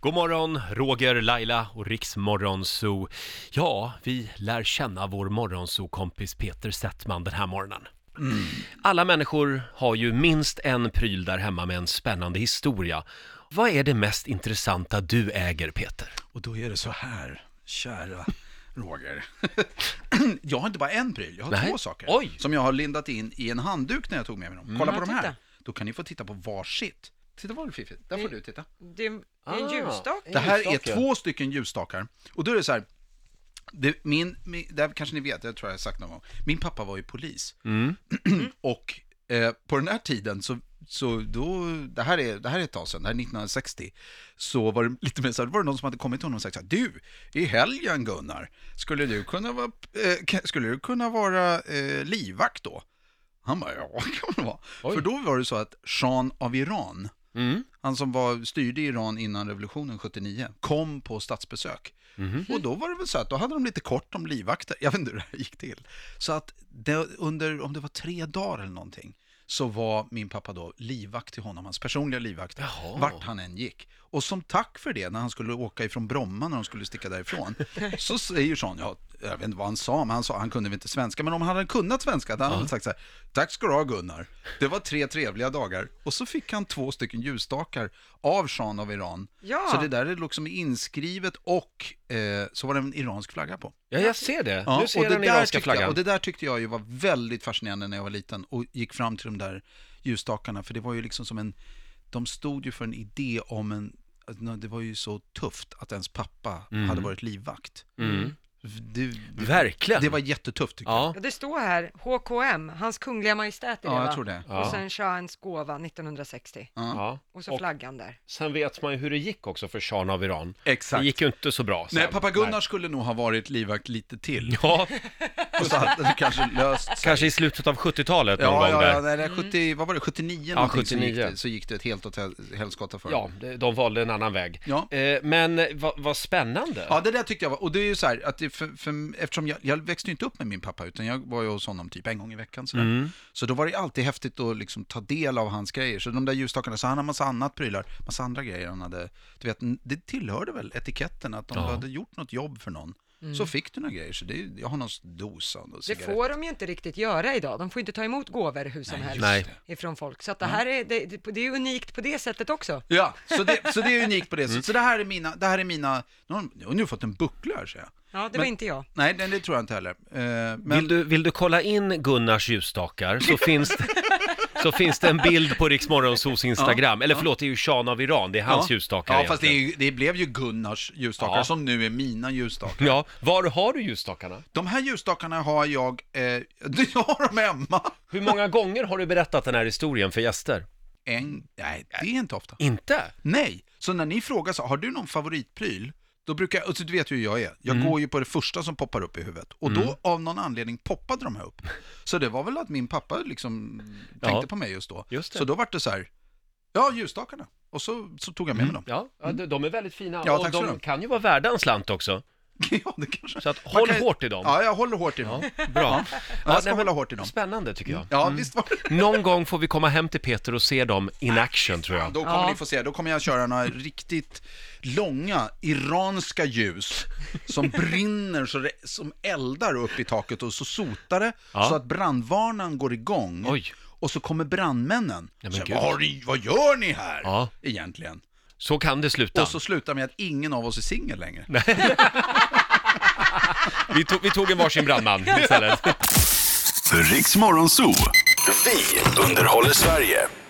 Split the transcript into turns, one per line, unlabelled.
God morgon, Roger, Laila och Riksmorgonzoo. Ja, vi lär känna vår morgonzoo-kompis Peter Settman den här morgonen. Alla människor har ju minst en pryl där hemma med en spännande historia. Vad är det mest intressanta du äger, Peter?
Och då är det så här, kära Roger. jag har inte bara en pryl, jag har
Nej.
två saker.
Oj.
Som jag har lindat in i en handduk när jag tog med mig dem. Kolla på
Ja,
de här.
titta.
Då kan ni få titta på varsitt. Titta vad fiffigt, där får du titta.
Det är en
Ah.
ljusstake.
Det här är
ljusstak, ja.
två stycken ljusstakar. Och då är det så här, det, min, min, det här kanske ni vet, jag tror jag har sagt någon gång. Min pappa var ju polis. och eh, på den här tiden, så, så då, det, här är, det här är ett tag sedan, det här är 1960, så var det lite mer så här, var det någon som hade kommit till honom och sagt så här, du, i helgen Gunnar, skulle du kunna vara, eh, ka- skulle du kunna vara eh, livvakt då? Han bara, ja, kan man vara. För då var det så att Jean av Iran, han som var, styrde Iran innan revolutionen 79, kom på statsbesök. Och då var det väl så att då hade de lite kort om livvakter, jag vet inte hur det här gick till. Så att det, under, om det var tre dagar eller någonting, så var min pappa då livvakt till honom, hans personliga livvakt,
Jaha.
vart han än gick. Och som tack för det, när han skulle åka ifrån Bromma, när de skulle sticka därifrån, så säger Sean, ja, jag vet inte vad han sa, men han sa, han kunde väl inte svenska, men om han hade kunnat svenska, hade han väl sagt så här, tack ska du ha Gunnar, det var tre trevliga dagar. Och så fick han två stycken ljusstakar av Sean av Iran.
Ah.
Ja.
Så det där är liksom inskrivet och eh, så var det en iransk flagga på.
Ja, jag ser det.
Ja,
nu ser jag
det
den
där
iranska
tyckte jag-
flaggan.
Och det där tyckte jag ju var väldigt fascinerande när jag var liten och gick fram till de där ljusstakarna. För det var ju liksom som en... De stod ju för en idé om en... att nå- Det var ju så tufft att ens pappa hade varit livvakt. Det,
Mm. Verkligen.
det var jättetufft tycker
Ja.
Ja, det står här HKM, hans kungliga majestät är
jag.
det
Ja,
va?
jag tror det.
Ja.
Och sen Shahens gåva 1960.
ja.
Och så flaggan där.
Sen vet man ju hur det gick också för shahen av Iran.
Exakt.
Det gick ju inte så bra sen.
Nej, pappa Gunnar skulle nog ha varit livvakt lite till.
Ja,
Och så hade det kanske löst sig.
kanske i slutet av 70-talet någon
Ja,
gång
ja,
där.
ja, nej, det är 70, vad var det, 79
Ja,
någonting Så,
79.
gick det, så gick det ett helt åt hel- helskotta för
Ja, de- de valde en annan väg.
Ja.
Eh, Men eh, vad vad spännande.
Ja, det där tyckte jag var, och det är ju så här, att det, för, för, eftersom jag, jag växte ju inte upp med min pappa, utan jag var ju hos honom typ en gång i veckan. sådär.
Mm.
Så då var det ju alltid häftigt att liksom ta del av hans grejer. Så de där ljusstakarna, så han har massa annat prylar, massa andra grejer han hade. Du vet, det tillhörde väl etiketten att om du hade gjort något jobb för någon, så fick du några grejer. Så det, är ju- jag har någon dosa och någon
Mm. Det
cigarett.
får de ju inte riktigt göra idag. De får inte ta emot gåvor hur som helst
Nej.
ifrån folk. Så att
Mm.
det här är, det, det, det är unikt på det sättet också.
Ja, så det, så det är unikt på det sättet. Så det här är mina, det här är mina, nu har nu har jag fått en buckla här ser jag.
Ja, det var
Men-
inte jag.
Nej, det, det tror jag inte heller. Eh, men...
Vill, du, vill du kolla in Gunnars ljusstakar så finns det, så finns det en bild på Rix Morgonzoos Instagram. Eller förlåt, det är ju shahen av Iran, det är hans ljusstakar
Ja, fast det, är,
egentligen.
ju- det blev ju Gunnars ljusstakar
Ja.
som nu är mina ljusstakar.
Ja, var har du ljusstakarna?
De här ljusstakarna har jag, eh, jag har dem hemma.
Hur många gånger har du berättat den här historien för gäster?
En, nej, det är inte ofta.
Inte?
Nej, så när ni frågar så, har du någon favoritpryl? Då brukar jag, alltså, du vet ju hur jag är, jag
Mm.
går ju på det första som poppar upp i huvudet. Och då av någon anledning poppade de här upp. Så det var väl att min pappa liksom tänkte
Ja.
på mig just då.
Just det.
Så då var det så här, ja ljusstakarna. Och så, så tog jag med mig dem.
Ja, ja, de- de är väldigt fina
Mm. Ja,
och
tack så
de
mycket.
kan ju vara värda en slant också.
Ja, det kanske.
Så att
Man
håll
kan-
hårt i dem.
Ja, jag håller hårt i dem.
Bra.
Ja, jag ska
nej, men
hålla hårt i dem. Mm.
Spännande tycker jag.
Ja, visst var det.
Någon gång får vi komma hem till Peter och se dem in action tror jag.
Då kommer
Ja.
ni få se, då kommer jag köra några riktigt långa iranska ljus som brinner, så det, som eldar upp i taket och så sotar det
Ja.
så att brandvarnaren går igång.
Oj.
Och så kommer brandmännen.
men
Så,
gud.
vad, har ni, vad gör ni här
Ja.
egentligen?
Så kan det sluta.
Och så slutar med att ingen av oss är singel längre.
Vi, tog, vi tog en varsin brandman istället.
Riks Morgonzoo. Vi underhåller Sverige.